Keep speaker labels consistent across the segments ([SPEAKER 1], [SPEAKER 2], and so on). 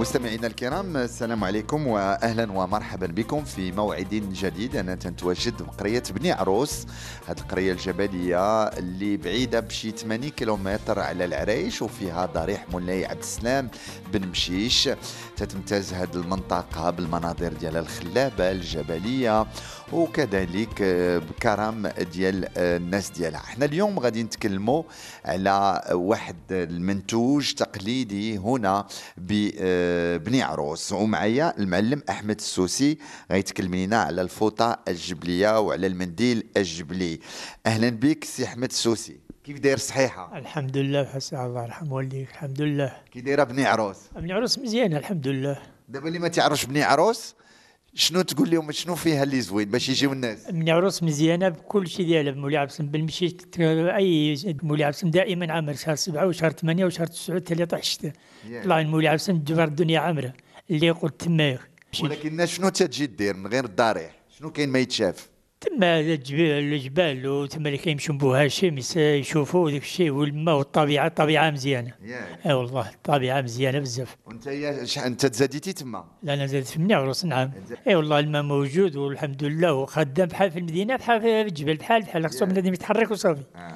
[SPEAKER 1] مستمعينا الكرام السلام عليكم واهلا ومرحبا بكم في موعد جديد انا تنتواجد بقريه بني عروس هذه القريه الجبليه اللي بعيده بشي 80 كيلومتر على العرايش وفيها ضريح مولاي عبد السلام بن مشيش تتمتاز هذه المنطقه بالمناظر ديال الخلابه الجبليه وكذلك آه، بكرم ديال آه، الناس ديالها احنا اليوم غادي نتكلموا على واحد المنتوج تقليدي هنا آه، بني عروس ومعايا المعلم احمد السوسي غيتكلم لنا على الفوطه الجبليه وعلى المنديل الجبلي اهلا بك سي احمد السوسي كيف داير صحيحه
[SPEAKER 2] الحمد لله حسن الله يرحم والديك الحمد لله
[SPEAKER 1] كي دايره بني عروس
[SPEAKER 2] بني عروس مزيانه الحمد لله
[SPEAKER 1] دابا اللي ما تعرفش بني عروس شنو تقول لهم شنو فيها اللي زوين باش يجيو الناس
[SPEAKER 2] بني عروس مزيانه بكل شيء ديالها مولاي عبد السلام بالمشي ت- اي مولاي عبد السلام دائما عامر شهر سبعه وشهر ثمانيه وشهر تسعه حتى اللي طيح الشتاء
[SPEAKER 1] ياه.
[SPEAKER 2] طلع مولاي عبد السلام جبر الدنيا عامره اللي يقول تما
[SPEAKER 1] ولكن الناس شنو تتجي دير من غير الضريح شنو كاين ما يتشاف
[SPEAKER 2] تما الجب- الجبال وتما اللي كيمشيو بو هاشم يس- يشوفوا داك الشيء والماء والطبيعه الطبيعه مزيانه
[SPEAKER 1] ياك
[SPEAKER 2] اي والله الطبيعه مزيانه بزاف
[SPEAKER 1] وانت يا شح- انت تزاديتي تما
[SPEAKER 2] لا انا زادت في منيع وراس نعم اي والله الماء موجود والحمد لله وخدام بحال في المدينه بحال في الجبل بحال بحال خصو بنادم يتحرك وصافي
[SPEAKER 1] آه.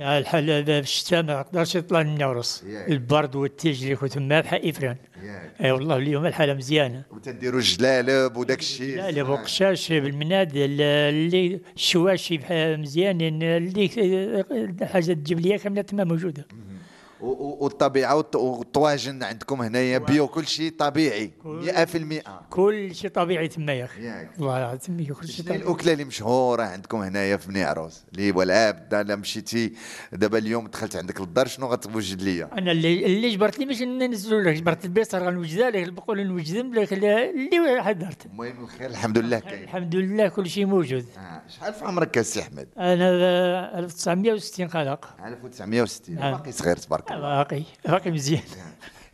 [SPEAKER 2] آه، الحال هذا في الشتاء ما يقدرش يطلع من وراس
[SPEAKER 1] ياك.
[SPEAKER 2] البرد والثلج اللي كنت تما بحال افران
[SPEAKER 1] ياك
[SPEAKER 2] اي والله اليوم الحاله مزيانه
[SPEAKER 1] وتديروا الجلالب وداك الشيء
[SPEAKER 2] لا لا بوقشاش بالمناد ال- اللي الشواشي بحال مزيانين اللي الحاجه الجبليه كامله تما موجوده
[SPEAKER 1] و- و- والطبيعه والط- والطواجن عندكم هنايا بيو كل شيء طبيعي 100%
[SPEAKER 2] كل شيء طبيعي تما يا اخي
[SPEAKER 1] ياك
[SPEAKER 2] والله العظيم كل شيء
[SPEAKER 1] شنو
[SPEAKER 2] طبيعي
[SPEAKER 1] الاكله اللي مشهوره عندكم هنايا في بني عروس اللي هو العاب انا مشيتي دابا اليوم دخلت عندك للدار شنو غتوجد ليا
[SPEAKER 2] انا اللي اللي جبرت لي مش ننزلوا لك جبرت البيصر غنوجدها لك البقول نوجد لك لا- اللي حضرت
[SPEAKER 1] المهم الخير الحمد لله كاين
[SPEAKER 2] الحمد لله كل شيء موجود
[SPEAKER 1] آه، شحال في عمرك يا سي احمد
[SPEAKER 2] انا آه، 1960 خلق
[SPEAKER 1] 1960
[SPEAKER 2] آه.
[SPEAKER 1] باقي صغير تبارك الله
[SPEAKER 2] باقي باقي مزيان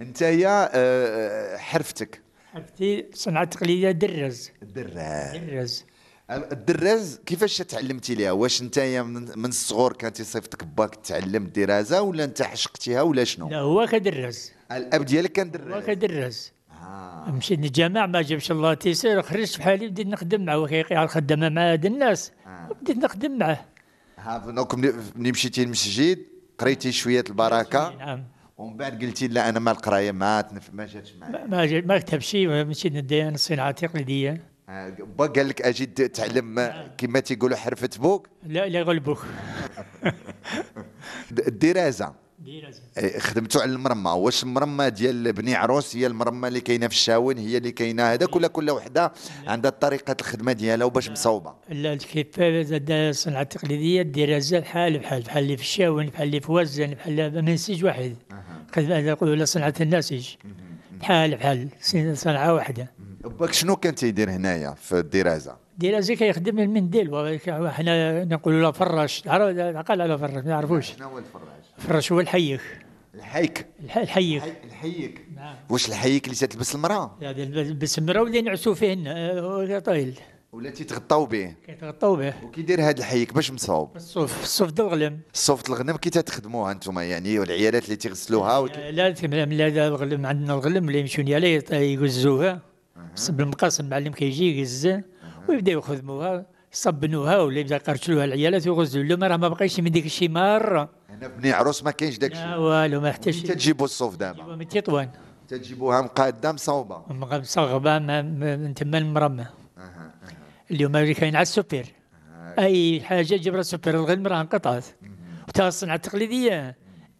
[SPEAKER 1] انت يا آه، حرفتك
[SPEAKER 2] عرفتي صنعة تقليدية درز
[SPEAKER 1] الدراز
[SPEAKER 2] درز
[SPEAKER 1] الدراز كيفاش تعلمتي ليها واش انت يا من من الصغر كان تيصيفطك باك تعلم الدرازه ولا انت حشقتيها ولا شنو
[SPEAKER 2] لا هو كدرز
[SPEAKER 1] الاب ديالك كان
[SPEAKER 2] هو
[SPEAKER 1] دراز
[SPEAKER 2] كدرز
[SPEAKER 1] آه.
[SPEAKER 2] مشيت للجامع ما جابش الله تيسير خرجت بحالي بديت نخدم معه كيقيع الخدامة مع هاد الناس
[SPEAKER 1] آه.
[SPEAKER 2] بديت نخدم معه
[SPEAKER 1] ها دونك ملي- ملي مشيتي للمسجد قريتي شويه البركه
[SPEAKER 2] نعم
[SPEAKER 1] ومن بعد قلتي لا انا ما القرايه ما تنف- ما جاتش معايا
[SPEAKER 2] ما- ما جا- ما كتبش مشيت للديانة الصناعة التقليدية
[SPEAKER 1] آه، با قال لك اجي د- تعلم كما تيقولوا حرفه بوك
[SPEAKER 2] لا لا غلبوك
[SPEAKER 1] د- الدرازه إيه، خدمتو على المرمى واش المرمى ديال بني عروس هي المرمى اللي كاينه في الشاون هي اللي كاينه هذاك ولا كل وحده عندها طريقه الخدمه ديالها وباش مصوبه
[SPEAKER 2] لا كيف زاد الصناعة التقليدية دير الزاد بحال بحال بحال اللي في الشاون بحال اللي في وزن بحال اللي- منسيج واحد خدمة نقولوا لا صناعة الناسيج بحال بحال سن- صنعة واحدة
[SPEAKER 1] باك شنو كان تيدير هنايا في الدرازه
[SPEAKER 2] دير الزاد كيخدم المنديل وحنا نقولوا له فراش تعرف- عقل على فراش ما يعرفوش
[SPEAKER 1] شنو هو الفراج
[SPEAKER 2] فراش هو الحيخ
[SPEAKER 1] الحيك
[SPEAKER 2] الح- الحيخ
[SPEAKER 1] الحي- الحيك
[SPEAKER 2] نعم.
[SPEAKER 1] واش الحيك اللي تتلبس المراه
[SPEAKER 2] هذا الب- بالسمرة واللي ينعسوا فيهن آه، طويل
[SPEAKER 1] ولا تيتغطاو به
[SPEAKER 2] كيتغطاو به
[SPEAKER 1] وكيدير هذا الحيك باش مصوب
[SPEAKER 2] الصوف الصوف ديال الغلم
[SPEAKER 1] صوفة الغنم كي تتخدموها انتم يعني والعيالات اللي تيغسلوها وت...
[SPEAKER 2] آه، لا تمام لا لا الغلم عندنا الغلم اللي يمشون عليه يقزوها صب المقاس المعلم كيجي يقز ويبداو يخدموها صبنوها ولا يبدا يقرشلوها العيالات ويغزوا لهم راه ما بقيش من ديك الشيء مره
[SPEAKER 1] هنا في بني عروس ما كاينش داك
[SPEAKER 2] لا
[SPEAKER 1] الشيء
[SPEAKER 2] والو ما احتاجش
[SPEAKER 1] تجيبوا الصوف دابا
[SPEAKER 2] من تطوان
[SPEAKER 1] تجيبوها مقاده مصوبه
[SPEAKER 2] مصغبه ما- ما- من تما المرمى اليوم اللي كاين على السوبر اي حاجه جبرها السوبر الغلم راه انقطعت وتا الصناعه التقليديه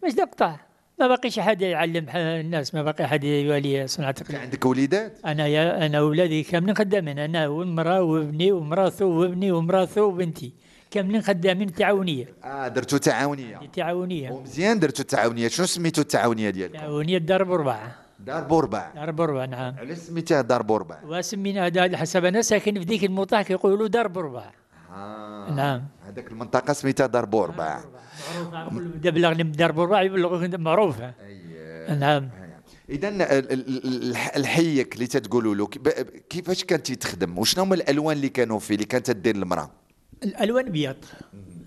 [SPEAKER 2] مش تقطع ما باقيش حد يعلم ح- الناس ما باقي حد يوالي صناعه
[SPEAKER 1] انت
[SPEAKER 2] تقليديه
[SPEAKER 1] عندك وليدات
[SPEAKER 2] انا يا انا اولادي كاملين خدامين انا والمراه وابني ومراته وابني ومراته وبنتي كاملين خدامين تعاونيه
[SPEAKER 1] اه درتو
[SPEAKER 2] يعني.
[SPEAKER 1] تعاونيه
[SPEAKER 2] تعاونيه
[SPEAKER 1] ومزيان درتو التعاونيه شنو سميتو التعاونيه ديالكم
[SPEAKER 2] تعاونيه دار بربعه
[SPEAKER 1] دار بوربع
[SPEAKER 2] دار بربعه نعم
[SPEAKER 1] علاش سميتها دار بوربع
[SPEAKER 2] وسمينا هذا على حسب انا ساكن في ديك المنطقه كيقولوا دار بربعه
[SPEAKER 1] آه.
[SPEAKER 2] نعم
[SPEAKER 1] هذاك المنطقه سميتها دار بوربع
[SPEAKER 2] معروفه كل بدا بلغني من دار بربعه يبلغوك انت معروفه نعم
[SPEAKER 1] اذا ال- ال- ال- الحيك اللي تتقولوا له كيف- كيفاش كانت تخدم وشنو هما الالوان اللي كانوا فيه اللي كانت تدير المراه
[SPEAKER 2] الالوان ابيض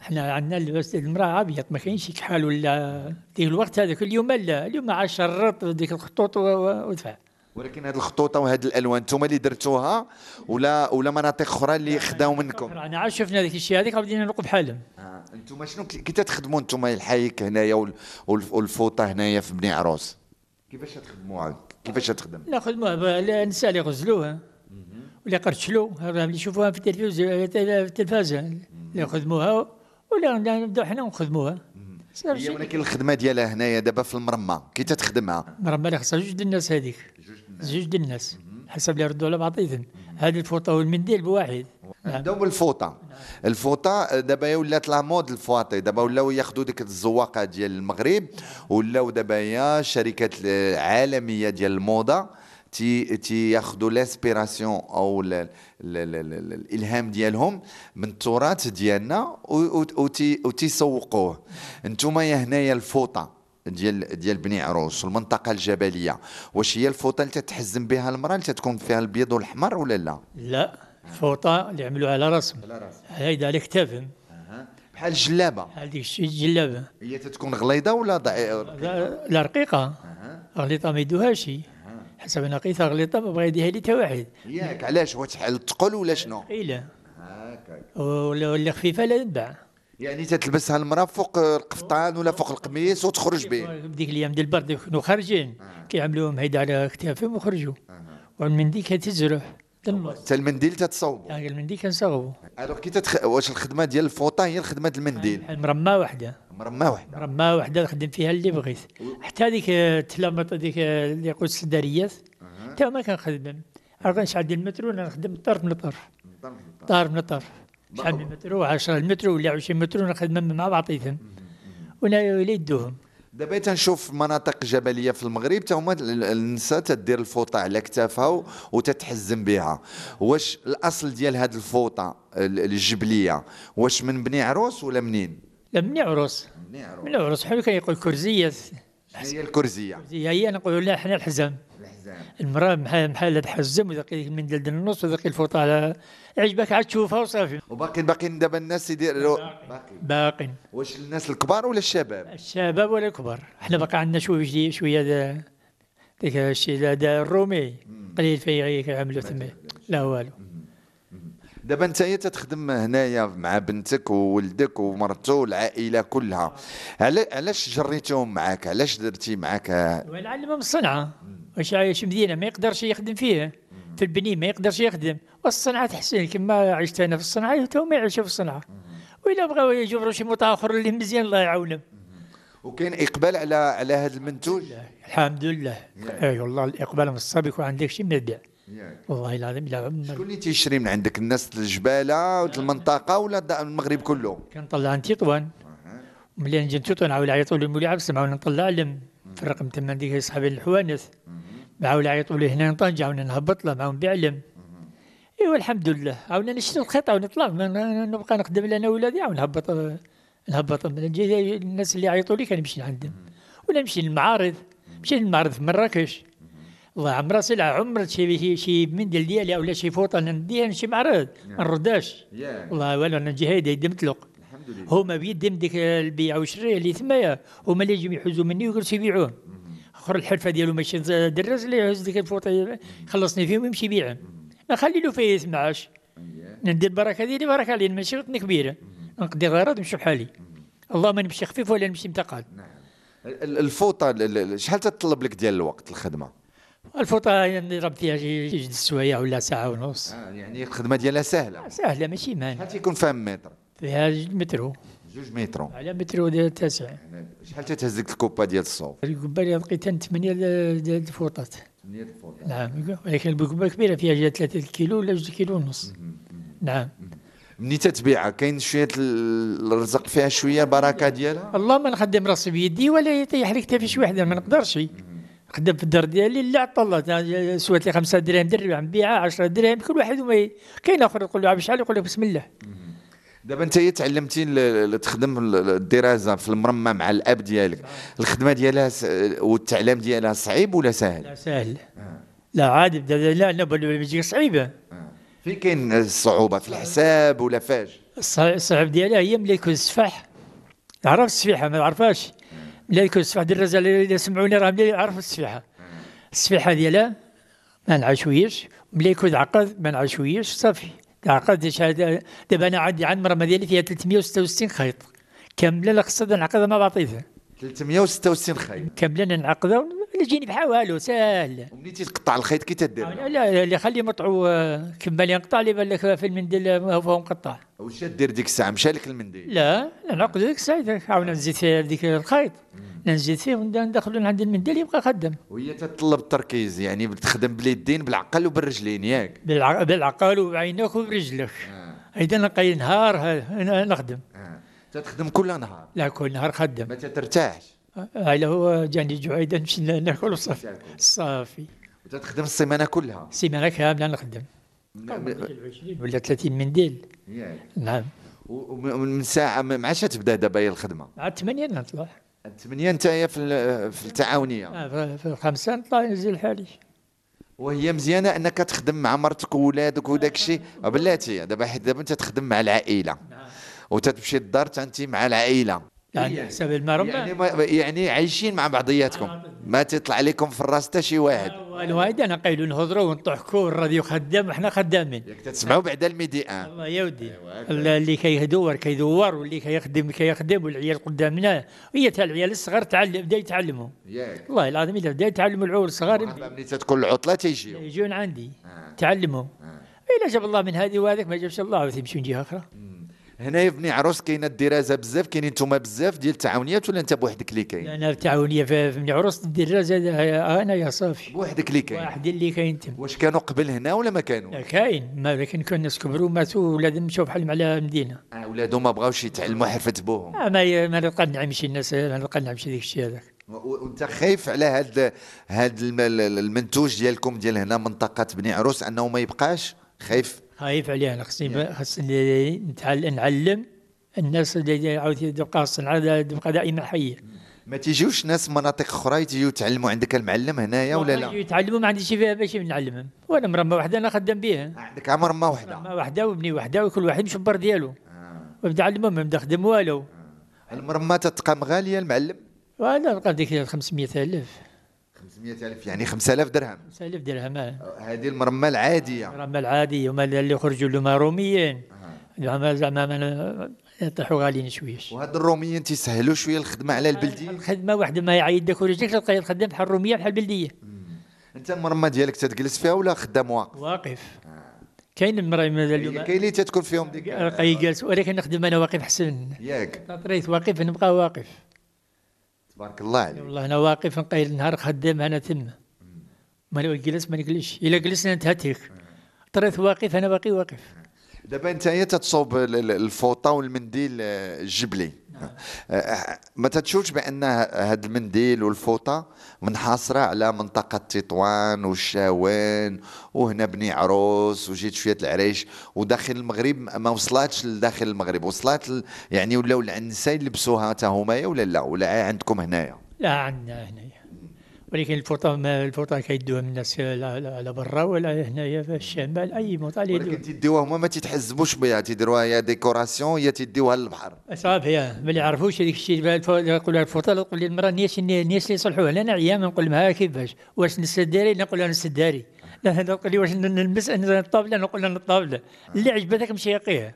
[SPEAKER 2] احنا عندنا اللبس المراه ابيض ما كاينش كحال ولا ديك الوقت هذاك اليوم لا اليوم عاد شرط ديك الخطوط و- و- ودفع
[SPEAKER 1] ولكن هذه الخطوطه وهذه الالوان انتم اللي درتوها ولا ولا مناطق اخرى اللي خداو منكم
[SPEAKER 2] رانا عاد شفنا ديك الشيء هذيك بدينا نلقوا بحالهم
[SPEAKER 1] آه، انتم شنو كي كي تخدموا انتم الحيك هنايا وال- والف- والفوطه هنايا في بني عروس كيفاش تخدموا كيفاش تخدم
[SPEAKER 2] ناخذ النساء اللي غزلوها ولا قرشلو هذا اللي يشوفوها في التلفزيون في التلفاز اللي خدموها ولا نبداو حنا نخدموها صار
[SPEAKER 1] هي
[SPEAKER 2] شيء.
[SPEAKER 1] ولكن الخدمه ديالها هنايا دابا في المرمى كي تتخدمها
[SPEAKER 2] مرة اللي خصها جوج د الناس
[SPEAKER 1] نعم.
[SPEAKER 2] هذيك جوج د الناس حسب اللي يردوا على بعضيهم هذه الفوطه والمنديل بواحد نعم.
[SPEAKER 1] نبداو بالفوطه الفوطه دابا هي ولات لا مود الفواطي دابا ولاو ياخذوا ديك الزواقه ديال المغرب
[SPEAKER 2] نعم.
[SPEAKER 1] ولاو دابا هي شركات عالميه ديال الموضه تي تياخذوا لاسبيراسيون او ال- ال- ال- ال- ال- الالهام ديالهم من التراث ديالنا و- و- وتي- وتيسوقوه
[SPEAKER 2] نعم.
[SPEAKER 1] انتوما يا هنايا الفوطه ديال ديال بني عروس والمنطقه الجبليه واش هي الفوطه اللي تتحزم بها المراه اللي تتكون فيها البيض والاحمر ولا لا
[SPEAKER 2] لا فوطه اللي عملوها على راسهم
[SPEAKER 1] على راسهم.
[SPEAKER 2] هيدا على كتافهم
[SPEAKER 1] بحال الجلابه
[SPEAKER 2] هذيك الشيء الجلابه
[SPEAKER 1] هي تتكون غليظه ولا ضع...
[SPEAKER 2] لا لا رقيقه غليطه ما يدوهاش حسب انا قيتها غليطه ما بغا يديها لي حتى واحد
[SPEAKER 1] ياك علاش واش حل تقل ولا شنو
[SPEAKER 2] قيله
[SPEAKER 1] هكاك
[SPEAKER 2] ولا ولا خفيفه لا تباع
[SPEAKER 1] يعني تتلبسها المراه فوق القفطان ولا فوق القميص وتخرج به
[SPEAKER 2] ديك الايام ديال البرد كانوا خارجين كيعملوهم هيدا على كتافهم وخرجوا ومن ديك تزرح تنص
[SPEAKER 1] حتى المنديل تتصوب
[SPEAKER 2] يعني من ديك نصاوبوا
[SPEAKER 1] الوغ كي تتخ... واش الخدمه ديال الفوطه هي الخدمه ديال المنديل
[SPEAKER 2] مرمى وحده
[SPEAKER 1] مرمى واحده
[SPEAKER 2] مرمى وحده خدم فيها اللي بغيت حتى هذيك تلامط هذيك اللي يقول السداريات حتى ما كنخدم عرفت نشعل ديال المترو انا نخدم الطرف من الطرف طار من الطرف شحال من مترو 10 المترو ولا 20 مترو نخدم مع بعضيتهم وانا ولا يدوهم
[SPEAKER 1] دابا تنشوف مناطق جبليه في المغرب تا هما ال- النساء تدير الفوطه على كتافها و- وتتحزم بها واش الاصل ديال هذه الفوطه ال- الجبليه واش من بني عروس ولا منين
[SPEAKER 2] لا من عروس
[SPEAKER 1] بني عروس
[SPEAKER 2] من عروس حلو كان يقول كرزيه
[SPEAKER 1] هي الكرزيه
[SPEAKER 2] هي هي نقول لها حنا الحزام
[SPEAKER 1] الحزام
[SPEAKER 2] المراه محال محال تحزم وذاك المندل ديال النص وذاك الفوطه على عجبك عاد تشوفها وصافي
[SPEAKER 1] وباقي باقي دابا الناس يديروا باقي
[SPEAKER 2] باقي
[SPEAKER 1] واش الناس الكبار ولا الشباب
[SPEAKER 2] الشباب ولا الكبار احنا بقى عندنا شويه شويه دا- ديك الشيء دا- دا الرومي قليل فيه كيعملوا تما لا والو
[SPEAKER 1] دابا انت هي تتخدم هنايا مع بنتك وولدك ومرته والعائله كلها علا- علاش جريتهم معاك علاش درتي معاك
[SPEAKER 2] ونعلمهم الصنعه واش عايش مدينه ما يقدرش يخدم فيها في البني ما يقدرش يخدم والصنعه تحسن كما عشت انا في الصنعه حتى هما يعيشوا في الصنعه وإلا بغاو يجبروا شي متاخر اللي مزيان الله يعاونهم
[SPEAKER 1] وكاين اقبال على على هذا المنتوج
[SPEAKER 2] الحمد لله اي والله الاقبال من الصبي يكون عندك شي ما تبيع والله العظيم لا عمر
[SPEAKER 1] شكون اللي تيشري من عندك الناس الجباله والمنطقه ولا دا- المغرب كله
[SPEAKER 2] كنطلع عن تطوان ملي نجي نتوتو نعاود نعيطوا للمولي عبد السمع نطلع لم في الرقم تما ديك صحابي الحوانث معاون نعيطوا له هنا لطنجة عاونا نهبط له معاون نبيع لم ايوا الحمد لله عاونا نشتو الخيطه ونطلع ما ن- نبقى نخدم لنا ولادي عاون نهبط نهبط نجي الناس اللي يعيطوا لي كنمشي عندهم ولا نمشي للمعارض مشي للمعرض في مراكش الله عمرها سلعه عمرت شي شي- شي مندل ديالي ولا شي فوطه انا نديها نمشي معرض ما نرداش والله والو انا نجي هيدا يدي متلق
[SPEAKER 1] الحمد لله
[SPEAKER 2] هما بيدهم ديك البيع والشراء اللي ثمايا هما اللي يجيو يحوزوا مني ويجلسوا يبيعوهم اخر الحرفه ديالو ماشي ز- دراز اللي يحوز ديك الفوطه خلصني فيهم ويمشي يبيعهم نخلي له فيه يسمعش ندير البركه ديالي بركه علي ماشي غتني كبيره نقضي الغرض ونمشي بحالي الله ما نمشي خفيف ولا نمشي متقال
[SPEAKER 1] ال- ال- الفوطه ال- ال- شحال تطلب لك ديال الوقت الخدمه
[SPEAKER 2] الفوطه نضرب فيها شي جوج د السوايع ولا ساعه ونص
[SPEAKER 1] يعني الخدمه ديالها سهله
[SPEAKER 2] سهله ماشي مان
[SPEAKER 1] شحال تيكون فيها متر
[SPEAKER 2] فيها جوج مترو
[SPEAKER 1] جوج مترو
[SPEAKER 2] على مترو ديال التاسع
[SPEAKER 1] شحال تتهز لك الكوبا ديال الصوف
[SPEAKER 2] القبه لقيتها ثمانيه ديال الفوطات
[SPEAKER 1] الفوطه
[SPEAKER 2] نعم ولكن البقبه كبيره فيها جات 3 كيلو ولا 2 كيلو ونص نعم
[SPEAKER 1] ملي تتبيعها كاين شويه ال- الرزق فيها شويه بركه ديالها
[SPEAKER 2] الله ما نخدم راسي بيدي ولا يطيح لك حتى في شي وحده ما نقدرش نخدم في الدار ديالي لا عطى الله تا- سوات لي 5 دراهم درهم نبيعها 10 دراهم كل واحد وما ي- كاين اخر يقول له عا بشحال يقول لك بسم الله
[SPEAKER 1] دابا انت تعلمتي ل- ل- تخدم ال- الدراسه في المرمى مع الاب ديالك الخدمه ديالها س- والتعلم ديالها صعيب ولا سهل
[SPEAKER 2] لا سهل لا عادي بدا- لا لا بل- بتجي صعيبه
[SPEAKER 1] فين كاين الصعوبه في الحساب ولا فاش
[SPEAKER 2] الص- الصعب ديالها هي ملي يكون السفاح عرف السفيحه ما عرفهاش ملي يكون السفاح ديال الرزال اللي سمعوني راه ملي عرف السفيحه السفيحه ديالها ما نعشويش ملي يكون عقد ما نعشويش صافي عقد شهادة- دابا انا عندي عند مرمى ديالي فيها 366 خيط كامله لا خصها نعقدها مع بعضيتها
[SPEAKER 1] 366 خيط
[SPEAKER 2] كامله نعقدها اللي يجيني بحال والو ساهل
[SPEAKER 1] وملي تقطع الخيط كي تدير
[SPEAKER 2] لا لا اللي خليه مطعو كما اللي ينقطع اللي بان لك في المنديل فهو مقطع
[SPEAKER 1] واش دير ديك الساعه مشى لك المنديل
[SPEAKER 2] لا لا نعقد ديك الساعه عاون نزيد فيه ديك الخيط نزيد فيه وندخلوا عند المنديل يبقى خدام
[SPEAKER 1] وهي تتطلب التركيز يعني بتخدم باليدين بالعقل وبالرجلين ياك
[SPEAKER 2] بالع- بالعقل وبعينك وبرجلك اذا نلقى نهار ه- نخدم
[SPEAKER 1] آه. تتخدم كل نهار
[SPEAKER 2] لا كل نهار خدم
[SPEAKER 1] ما تترتاحش
[SPEAKER 2] على هو جاني جوعيدا نمشي ناكل وصافي
[SPEAKER 1] تاكل.
[SPEAKER 2] صافي
[SPEAKER 1] وتتخدم السيمانه كلها
[SPEAKER 2] سيمانه كامله نخدم ولا 30 منديل
[SPEAKER 1] ياك
[SPEAKER 2] نعم
[SPEAKER 1] ومن ساعه ما ما عادش تبدا دابا هي الخدمه
[SPEAKER 2] عاد 8 نطلع
[SPEAKER 1] الثمانية انت هي في ال- في التعاونية
[SPEAKER 2] آه، في- في الخمسه نطلع ننزل حالي
[SPEAKER 1] وهي مزيانة انك تخدم مع مرتك وولادك وداك الشيء آه، بلاتي دابا حيت دابا انت تخدم مع العائلة وتتمشي للدار انت مع العائلة
[SPEAKER 2] نعم. يعني حساب المرمى نعم.
[SPEAKER 1] يعني ما يعني عايشين مع بعضياتكم ما تطلع لكم في الراس حتى شي واحد
[SPEAKER 2] الوالد انا قايل نهضروا ونضحكوا الراديو خدام احنا خدامين
[SPEAKER 1] ياك تسمعوا بعد الميديان
[SPEAKER 2] الله يا ودي الله اللي كيدور كيدور واللي كيخدم كيخدم والعيال قدامنا هي تاع العيال الصغار تعلم بدا يتعلموا
[SPEAKER 1] ياك
[SPEAKER 2] والله العظيم الا بدا يتعلموا العور الصغار
[SPEAKER 1] مرحبا ملي تتكون العطلة تيجيو
[SPEAKER 2] يجون عندي
[SPEAKER 1] آه.
[SPEAKER 2] تعلموا
[SPEAKER 1] آه.
[SPEAKER 2] الا جاب الله من هذه وهذاك ما جابش الله عاود يمشيو لجهه اخرى
[SPEAKER 1] هنا يا بني عروس كاينة الدراسة بزاف كاينين نتوما بزاف ديال التعاونيات ولا انت بوحدك اللي كاين
[SPEAKER 2] انا التعاونيه في في من عروس الدراز انا يا صافي
[SPEAKER 1] بوحدك اللي كاين
[SPEAKER 2] واحد يعني اللي كاين تم
[SPEAKER 1] واش كانوا قبل هنا ولا ما كانوا
[SPEAKER 2] لا كاين ما لكن كون الناس كبروا ماتوا ولادهم مشاو بحالهم على مدينه
[SPEAKER 1] آه، ولادو ما بغاوش يتعلموا حرفة بوهم
[SPEAKER 2] آه، ما ما نلقى نعمشي الناس ما نلقى نعمشي ذيك الشيء هذاك
[SPEAKER 1] و- و- وانت خايف على هاد هاد الم- ال- ال- المنتوج ديالكم ديال هنا منطقه بني عروس انه ما يبقاش خايف
[SPEAKER 2] خايف عليه انا يعني، خصني خصني نتعل- نعلم الناس اللي عاود تبقى الصنعه تبقى دائما حيه
[SPEAKER 1] ما تيجيوش ناس من مناطق اخرى يجيو يتعلموا عندك المعلم هنايا ولا لا
[SPEAKER 2] يتعلموا ما عنديش فيها باش نعلمهم وانا مرمى وحده انا خدام بها
[SPEAKER 1] عندك عمر ما وحده
[SPEAKER 2] ما وحده وبني وحده وكل واحد مشبر ديالو
[SPEAKER 1] آه.
[SPEAKER 2] وبدا علمهم ما بدا خدم والو
[SPEAKER 1] المرمى تتقام غاليه المعلم
[SPEAKER 2] وانا لقى ديك 500 الف
[SPEAKER 1] 500000 يعني 5000 درهم
[SPEAKER 2] 5000 درهم آه.
[SPEAKER 1] هذه المرمى العاديه
[SPEAKER 2] رمى العادي هما اللي خرجوا لهما روميين
[SPEAKER 1] آه.
[SPEAKER 2] زعما زعما ما- يطيحوا غاليين شويش
[SPEAKER 1] وهاد الروميين تيسهلوا شويه الخدمه على البلديه
[SPEAKER 2] الخدمه واحده ما يعيد داك ورجلك تلقى الخدام بحال الروميه بحال البلديه
[SPEAKER 1] انت المرمى ديالك تتجلس فيها ولا خدام واقف
[SPEAKER 2] واقف آه. كاين المراه من هذا اليوم
[SPEAKER 1] كاين اللي تتكون فيهم ديك
[SPEAKER 2] تلقى جالس ولكن نخدم انا واقف احسن
[SPEAKER 1] ياك
[SPEAKER 2] طريت واقف نبقى واقف
[SPEAKER 1] تبارك الله عليك
[SPEAKER 2] والله انا واقف نقيل النهار خدام انا تما ما لو جلس ما نجلسش الا جلسنا نتهتك طريت واقف انا باقي واقف
[SPEAKER 1] دابا انت هي تتصوب ال- ال- الفوطه والمنديل آه، الجبلي آه، ما تتشوفش بان هذا المنديل والفوطه منحصره على منطقه تطوان والشاوان وهنا بني عروس وجيت شويه العريش وداخل المغرب ما وصلاتش لداخل المغرب وصلات ل- يعني ولاو العنساء يلبسوها حتى هما ولا لا ولا عندكم هنايا
[SPEAKER 2] لا عندنا هنايا ولكن الفوطه ما الفوطه كيدوها من الناس لا لا, لا برا ولا هنايا في الشمال اي موطا اللي يدوها
[SPEAKER 1] ولكن تيديوها هما ما تيتحزبوش بها تيديروها يا ديكوراسيون يا تيديوها للبحر
[SPEAKER 2] صعب يا ما اللي يعرفوش هذيك الشيء دابا الف- نقول لها الفوطه تقول لي المراه نياش نياش اللي يصلحوها لا انا عيان نقول لها كيفاش واش نسداري نقول لها نسداري لا أنا تقول لي واش ن- نلبس أنا الطابله نقول لها الطابله اللي عجبتك مشي يقيها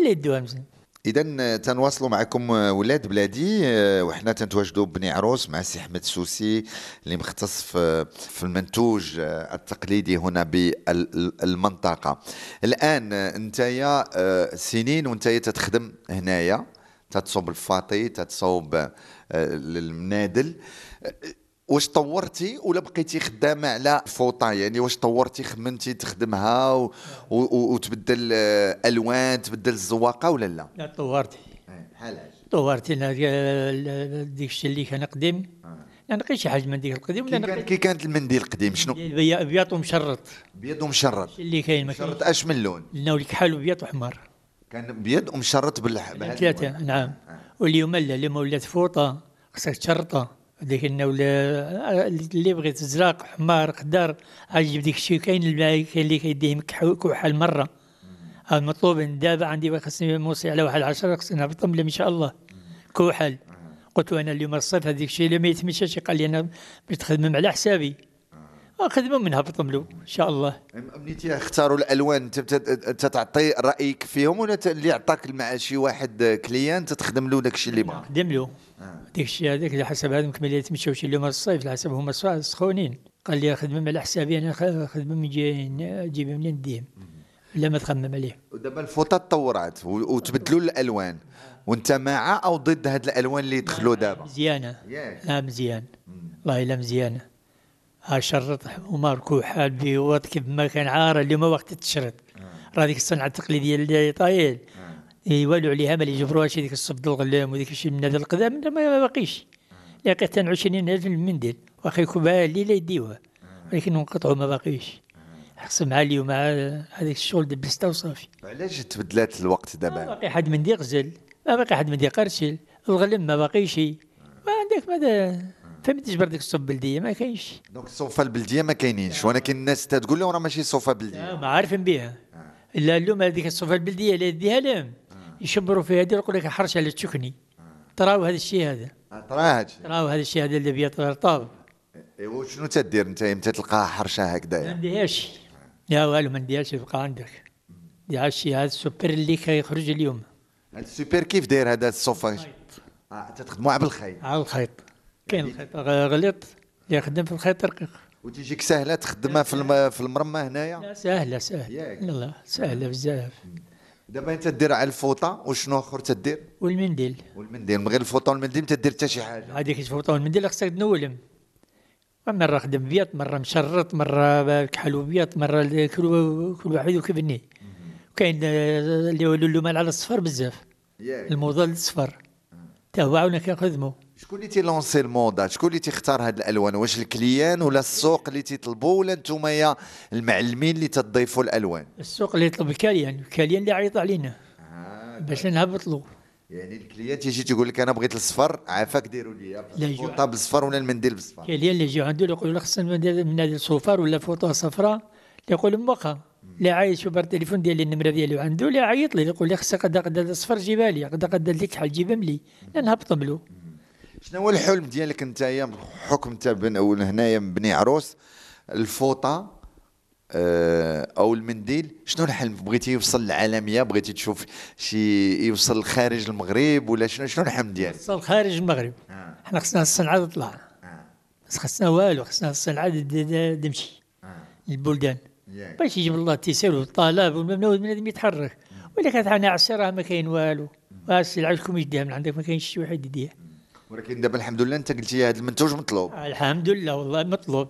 [SPEAKER 2] ولا يدوها مزيان
[SPEAKER 1] اذا تنواصلوا معكم آه، ولاد بلادي آه، وحنا تنتواجدوا بني عروس مع سي احمد السوسي اللي مختص في في المنتوج آه، التقليدي هنا بالمنطقه الان آه، نتايا آه، سنين وانتايا تتخدم هنايا تتصوب الفاطي تتصوب آه، المنادل آه، واش طورتي ولا بقيتي خدامه على فوطه يعني واش طورتي خمنتي تخدمها و... و... و... وتبدل آه، الوان تبدل الزواقه ولا لا
[SPEAKER 2] لا طورتي
[SPEAKER 1] إيه، بحال
[SPEAKER 2] طورتي انا آه، ديك الشيء اللي كان قديم لا نقي شي حاجه من ديك القديم
[SPEAKER 1] كي
[SPEAKER 2] ولا
[SPEAKER 1] كان
[SPEAKER 2] نقي
[SPEAKER 1] كي كانت المنديل القديم شنو
[SPEAKER 2] البي- ابيض ومشرط
[SPEAKER 1] ابيض ومشرط
[SPEAKER 2] اللي كاين ما كاين
[SPEAKER 1] مشرط اش من لون
[SPEAKER 2] لنا الكحل ابيض وحمر
[SPEAKER 1] كان بيد ومشرط باللحم هذه
[SPEAKER 2] ثلاثة
[SPEAKER 1] هو.
[SPEAKER 2] نعم واليوم لا اليوم ولات فوطة خصك تشرطة ديك النا ولا اللي بغيت زراق حمار خضر اجيب ديك الشيء كاين الباقي كاين اللي كيديه مكحو- كحل مرة المطلوب دابا عندي واحد خصني موصي على واحد عشرة خصني نهبط نملي ان شاء الله كحل قلت له انا اليوم الصيف هذيك الشيء اللي ما يتمشاش قال لي انا بتخدم على حسابي خدمة من هبط له ان شاء الله
[SPEAKER 1] أم- ملي اختاروا الالوان انت بت- انت تعطي رايك فيهم ولا ت- اللي عطاك المع شي واحد كليان تخدم له داك الشيء اللي بغا
[SPEAKER 2] قدم له ديك الشيء هذاك على حسب هذوك ملي يتمشاو شي اليوم الصيف على حسب هما صفا- سخونين قال لي خدمهم على حسابي انا خ- خدمهم يجي نجيب منين نديهم لا ما تخمم عليه
[SPEAKER 1] ودابا الفوطه تطورات و- وتبدلوا الالوان وانت مع او ضد هاد الالوان اللي دخلوا دابا
[SPEAKER 2] مزيانه
[SPEAKER 1] ياك.
[SPEAKER 2] لا مزيان والله الا مزيانه ها شرط حمار كوحال بيوت كيف ما كان عار اليوم وقت التشرط راه ديك الصنعه التقليديه اللي طايل إيه، والو عليها ما يجبروهاش ديك الصبد الغلام وديك الشيء من هذا القدام ما- ما باقيش لقيت حتى 20000 المندل واخا يكون بها الليله يديوها ولكن انقطعوا ما باقيش خصم مع اليوم مع هذاك الشغل دبسته وصافي
[SPEAKER 1] علاش تبدلات الوقت
[SPEAKER 2] ما
[SPEAKER 1] دابا
[SPEAKER 2] باقي حد من دي غزل ما باقي حد من دي قرشل الغلم ما باقيش ما عندك ماذا فهمت تجبر ديك الصوب بلديه ما كاينش
[SPEAKER 1] دونك الصوفه البلديه ما كاينينش ولكن الناس تتقول لهم راه ماشي صوفه بلديه
[SPEAKER 2] آه، ما عارفين بها الا اللوم هذيك الصوفه البلديه اللي يديها لهم يشبروا فيها دير يقول لك حرش على تشكني تراو هذا الشيء هذا
[SPEAKER 1] تراه هادشي
[SPEAKER 2] تراو هذا الشيء هذا اللي بيا طاب
[SPEAKER 1] ايوا إيه، شنو تدير انت امتى تلقاها حرشه
[SPEAKER 2] ما
[SPEAKER 1] هكذايا
[SPEAKER 2] نديهاش لا والو ما نديهاش يبقى عندك دي الشيء هذا السوبر اللي كيخرج اليوم
[SPEAKER 1] هاد السوبر كيف داير هذا الصوفه آه، تخدموا على بالخيط
[SPEAKER 2] على الخيط كاين الخيط غ- غليط يخدم في الخيط رقيق
[SPEAKER 1] وتجيك سهله تخدمها في الم- في المرمى هنايا
[SPEAKER 2] لا سهلة سهلة
[SPEAKER 1] ياك.
[SPEAKER 2] لا سهلة بزاف
[SPEAKER 1] دابا انت دير على الفوطه وشنو اخر تدير
[SPEAKER 2] والمنديل
[SPEAKER 1] والمنديل من غير الفوطه والمنديل ما تدير حتى شي حاجه
[SPEAKER 2] هذيك الفوطة والمنديل خصك تنولم مرة خدم بيض مرة مشرط مرة كحلو بيض مرة ال- كل و- كل واحد وكيفني وكاين آه، اللي هو اللومان على الصفر بزاف
[SPEAKER 1] ياك.
[SPEAKER 2] المظل الصفر تا هو عاونا كنخدمو
[SPEAKER 1] شكون اللي تيلونسي الموضه شكون اللي تيختار هاد الالوان واش الكليان ولا السوق اللي تيطلبوا ولا نتوما يا المعلمين اللي تضيفوا الالوان
[SPEAKER 2] السوق اللي يطلب الكاليان الكاليان اللي عيط علينا باش نهبط له
[SPEAKER 1] يعني الكليان تيجي تيقول لك انا بغيت الصفر عافاك ديروا لي
[SPEAKER 2] يجوع.
[SPEAKER 1] الفوطه بالصفر ولا المنديل بالصفر
[SPEAKER 2] كاين اللي يجيو عنده يقولوا له خصنا ندير- من هذه الصوفار ولا فوطه صفراء يقول موقع لا عايش شو بار التليفون ديالي النمره ديالي عنده لا عيط لي يقول لي خصك غدا غدا الصفر جيبها لي غدا غدا ديك حل جيبها لي لا نهبطهم له
[SPEAKER 1] شنو هو الحلم ديالك انت يا حكم انت بن او هنايا من بني عروس الفوطه آه، او المنديل شنو الحلم بغيتي يوصل للعالميه بغيتي تشوف شي يوصل خارج المغرب ولا شنو شنو الحلم ديالك
[SPEAKER 2] صار خارج المغرب آه. حنا خصنا الصنعه تطلع بس خصنا والو خصنا الصنعه د- د- تمشي للبلدان
[SPEAKER 1] ياك.
[SPEAKER 2] باش يجيب الله التيسير والطلب والممنوع والبنادم يتحرك ولا كتعنا عسير راه ما كاين والو عسير عندكم يديها من عندك ما كاينش شي واحد يديها
[SPEAKER 1] ولكن دابا الحمد لله انت قلتي هذا المنتوج مطلوب
[SPEAKER 2] الحمد لله والله مطلوب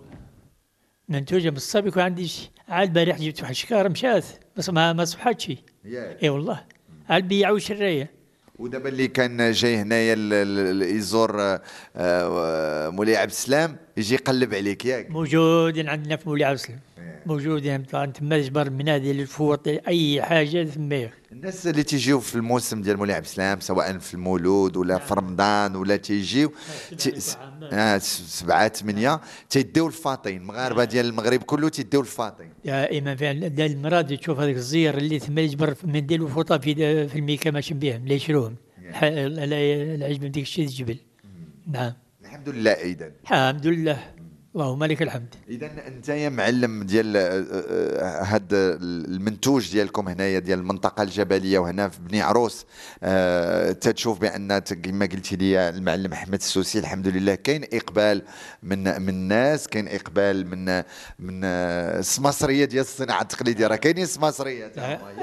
[SPEAKER 2] منتوجة من السابق وعندي ش- على البارح جبت واحد الشكارة مشات بس ما ما صبحتش
[SPEAKER 1] ياك.
[SPEAKER 2] اي والله على البيعة والشراية
[SPEAKER 1] ودابا اللي كان جاي هنايا ال- ال- ال- يزور آه، آه، مولاي عبد السلام يجي يقلب عليك ياك
[SPEAKER 2] موجودين عندنا في مولاي عسلم موجودين طبعاً تما جبر المناديل الفوط اي حاجة تما
[SPEAKER 1] الناس اللي تيجيو في الموسم ديال مولاي عبد السلام سواء في المولود ولا في رمضان ولا تيجيو تي- س- آه، س- سبعة ثمانية تيديو الفاطين مغاربة ديال المغرب كله تيديو الفاطين
[SPEAKER 2] دائما في دا المراد تشوف هذاك الزير اللي تما يجبر في المنديل والفوطة في دا- في الميكا ماشي بهم لا يشروهم ح- لا لا يعجبهم ديك الشيء الجبل نعم
[SPEAKER 1] الحمد لله إذا
[SPEAKER 2] الحمد لله اللهم لك الحمد
[SPEAKER 1] إذا أنت يا معلم ديال آه، آه، آه، هاد المنتوج ديالكم هنايا ديال المنطقة الجبلية وهنا في بني عروس آه، تتشوف بأن ت- كما قلتي لي المعلم أحمد السوسي الحمد لله كاين إقبال من من الناس كاين إقبال من من آه، السماسرية ديال الصناعة التقليدية راه كاينين سماسرية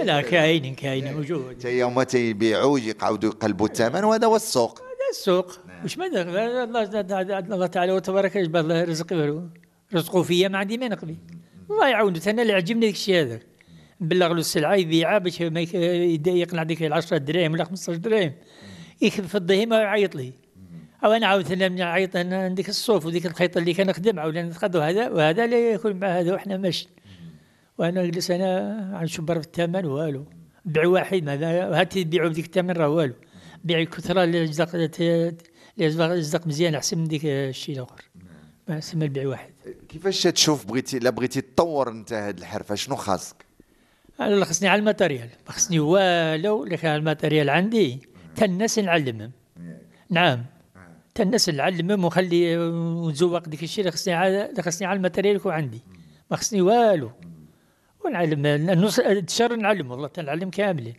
[SPEAKER 2] لا كاينين كاينين موجود
[SPEAKER 1] حتى يوم تيبيعوا يقعدوا يقلبوا الثمن وهذا هو السوق
[SPEAKER 2] هذا السوق واش ما دخل الله زاد- عاد- الله تعالى وتبارك يجبر الله رزق له رزقه فيا ما عندي ما نقبي الله يعاونو انا اللي عجبني داك الشيء هذا نبلغ له السلعه يبيعها باش ما يك- يد- يقنع ديك 10 دراهم ولا 15 دراهم يخفض الدهيمه ويعيط لي او انا عاوتاني من عيط انا عندك الصوف وديك الخيط اللي كنخدمها ولا نتقدو هذا وهذا اللي يكون مع هذا وحنا ماشي وانا نجلس انا عن شبر في الثمن والو بيع واحد ماذا هات بيعوا بديك الثمن راه والو بيع كثره الازدق الازدق مزيان احسن من ديك الشيء الاخر ما سمى البيع واحد
[SPEAKER 1] كيفاش تشوف بغيتي لا بغيتي تطور انت هاد الحرفه شنو خاصك
[SPEAKER 2] انا اللي خصني على الماتيريال ما خصني والو اللي كان الماتيريال عندي تا الناس نعلمهم نعم تا الناس نعلمهم ونخلي ونزوق ديك الشيء اللي خصني على اللي خصني على الماتيريال يكون عندي ما خصني والو ونعلم النص الشهر نعلم والله تنعلم كاملين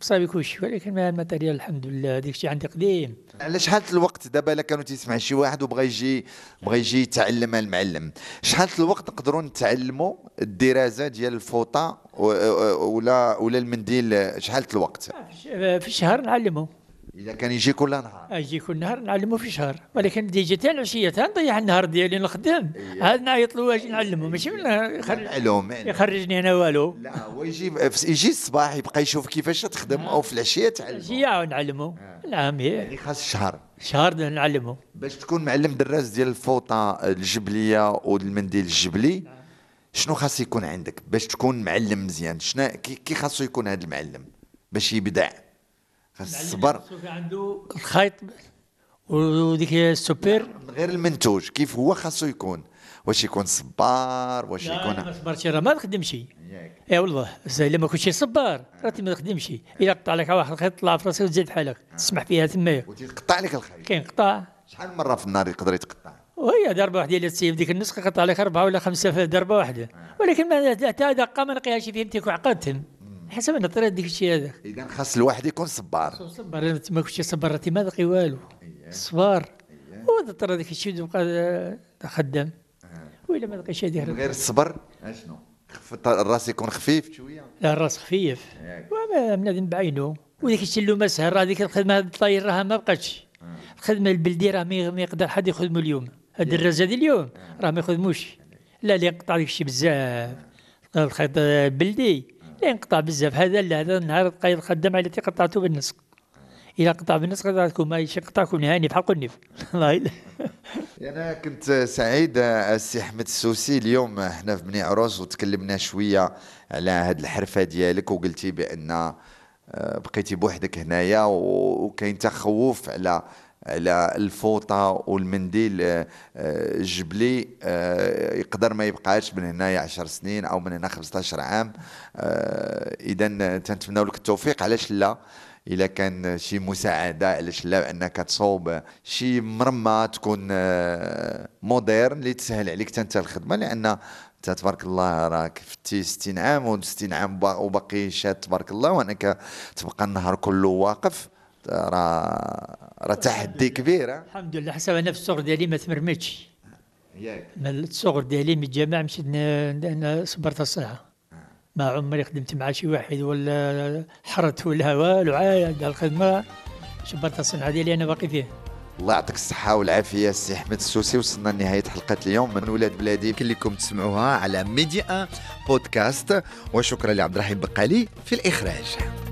[SPEAKER 2] بصافي كلشي ولكن ما الماتيريال الحمد لله ديك الشيء عندي قديم
[SPEAKER 1] على شحال الوقت دابا الا كانوا تيسمع شي واحد وبغى يجي بغى يجي يتعلم المعلم شحال الوقت نقدروا نتعلموا الدراسه ديال الفوطه و- و- ولا ولا المنديل شحال الوقت
[SPEAKER 2] في الشهر نعلمه
[SPEAKER 1] اذا كان يجي كل نهار
[SPEAKER 2] اجي كل نهار نعلمه في شهر ولكن دي جيت العشيه نضيع النهار ديالي نخدم هذا نعيط له واجي نعلمه ماشي من
[SPEAKER 1] إيه.
[SPEAKER 2] يخرج
[SPEAKER 1] معلوم معلوم.
[SPEAKER 2] يخرجني انا والو
[SPEAKER 1] لا هو يجي يجي الصباح يبقى يشوف كيفاش تخدم او في العشيه تعلم
[SPEAKER 2] العشيه عاود نعلمه نعم هي
[SPEAKER 1] يعني خاص شهر
[SPEAKER 2] شهر دا نعلمه
[SPEAKER 1] باش تكون معلم دراس ديال الفوطه الجبليه والمنديل الجبلي شنو خاص يكون عندك باش تكون معلم مزيان شنو كي كي خاصو يكون هذا المعلم باش يبدع خاص الصبر
[SPEAKER 2] عنده الخيط وديك السوبر
[SPEAKER 1] من غير المنتوج كيف هو خاصو يكون واش يكون صبار واش
[SPEAKER 2] لا ما
[SPEAKER 1] يكون
[SPEAKER 2] صبرتش راه ما تخدمش اي والله زي لما كنتش صبار راه ما تخدمش الا قطع لك واحد الخيط طلع في راسك وتزيد بحالك تسمح فيها تمايا
[SPEAKER 1] وتقطع لك الخيط
[SPEAKER 2] كينقطع
[SPEAKER 1] شحال من مره في النهار يقدر يتقطع
[SPEAKER 2] وهي ضربه واحده اللي تصيب ديك النسخه قطع لك اربعه ولا خمسه في ضربه واحده ولكن ما حتى دقه ما لقيهاش فهمتك وعقدتهم حسب ان طريقه ديك الشيء هذا
[SPEAKER 1] اذا خاص الواحد يكون صبار
[SPEAKER 2] صبر انا ما كنتش صبر راه ما لقي والو صبار وضطر هذاك الشيء تبقى خدام وإلا ما لقيش هذيك
[SPEAKER 1] من غير الصبر اشنو خفت الراس يكون خفيف شويه
[SPEAKER 2] لا الراس خفيف
[SPEAKER 1] ياك.
[SPEAKER 2] وما بنادم بعينه وديك الشيء اللي ما سهر راه ديك الخدمه هاد الطاير راها ما بقاتش الخدمه البلدي راه ما ي- ما يقدر حد يخدمه اليوم هاد الدراز هذه اليوم راه ما يخدموش لا اللي يقطع ديك الشيء بزاف الخيط البلدي لا ينقطع بزاف هذا لا هذا النهار تلقى يخدم على اللي قطعته بالنسق الا قطع بالنسق راه تكون ماشي قطع كون هاني بحال النيف الله يلا
[SPEAKER 1] انا كنت سعيد السي احمد السوسي اليوم حنا في بني عروس وتكلمنا شويه على هاد الحرفه ديالك وقلتي بان آه، بقيتي بوحدك هنايا و- وكاين تخوف على على الفوطه والمنديل آه، آه، الجبلي آه، يقدر ما يبقاش من هنايا 10 سنين او من هنا 15 عام اذا تنتمناو لك التوفيق علاش لا الا كان شي مساعده علاش لا انك تصوب شي مرمى تكون آه، موديرن اللي تسهل عليك تا انت الخدمه لان انت تبارك الله راك فتي 60 عام و 60 عام وبا- وباقي شاد تبارك الله وانك تبقى النهار كله واقف راه راه تحدي كبير ها؟
[SPEAKER 2] الحمد لله حسب انا في الصغر ديالي ما تمرمتش
[SPEAKER 1] ياك
[SPEAKER 2] من الصغر ديالي من الجامع مشيت ن- ن- صبرت الساعه ما عمري خدمت مع شي واحد ولا حرت ولا والو عاد الخدمه شبرت الصنعه ديالي انا باقي فيها
[SPEAKER 1] الله يعطيك الصحة والعافية السي أحمد السوسي وصلنا لنهاية حلقة اليوم من ولاد بلادي
[SPEAKER 3] يمكن لكم تسمعوها على ميديا بودكاست وشكرا لعبد الرحيم بقالي في الإخراج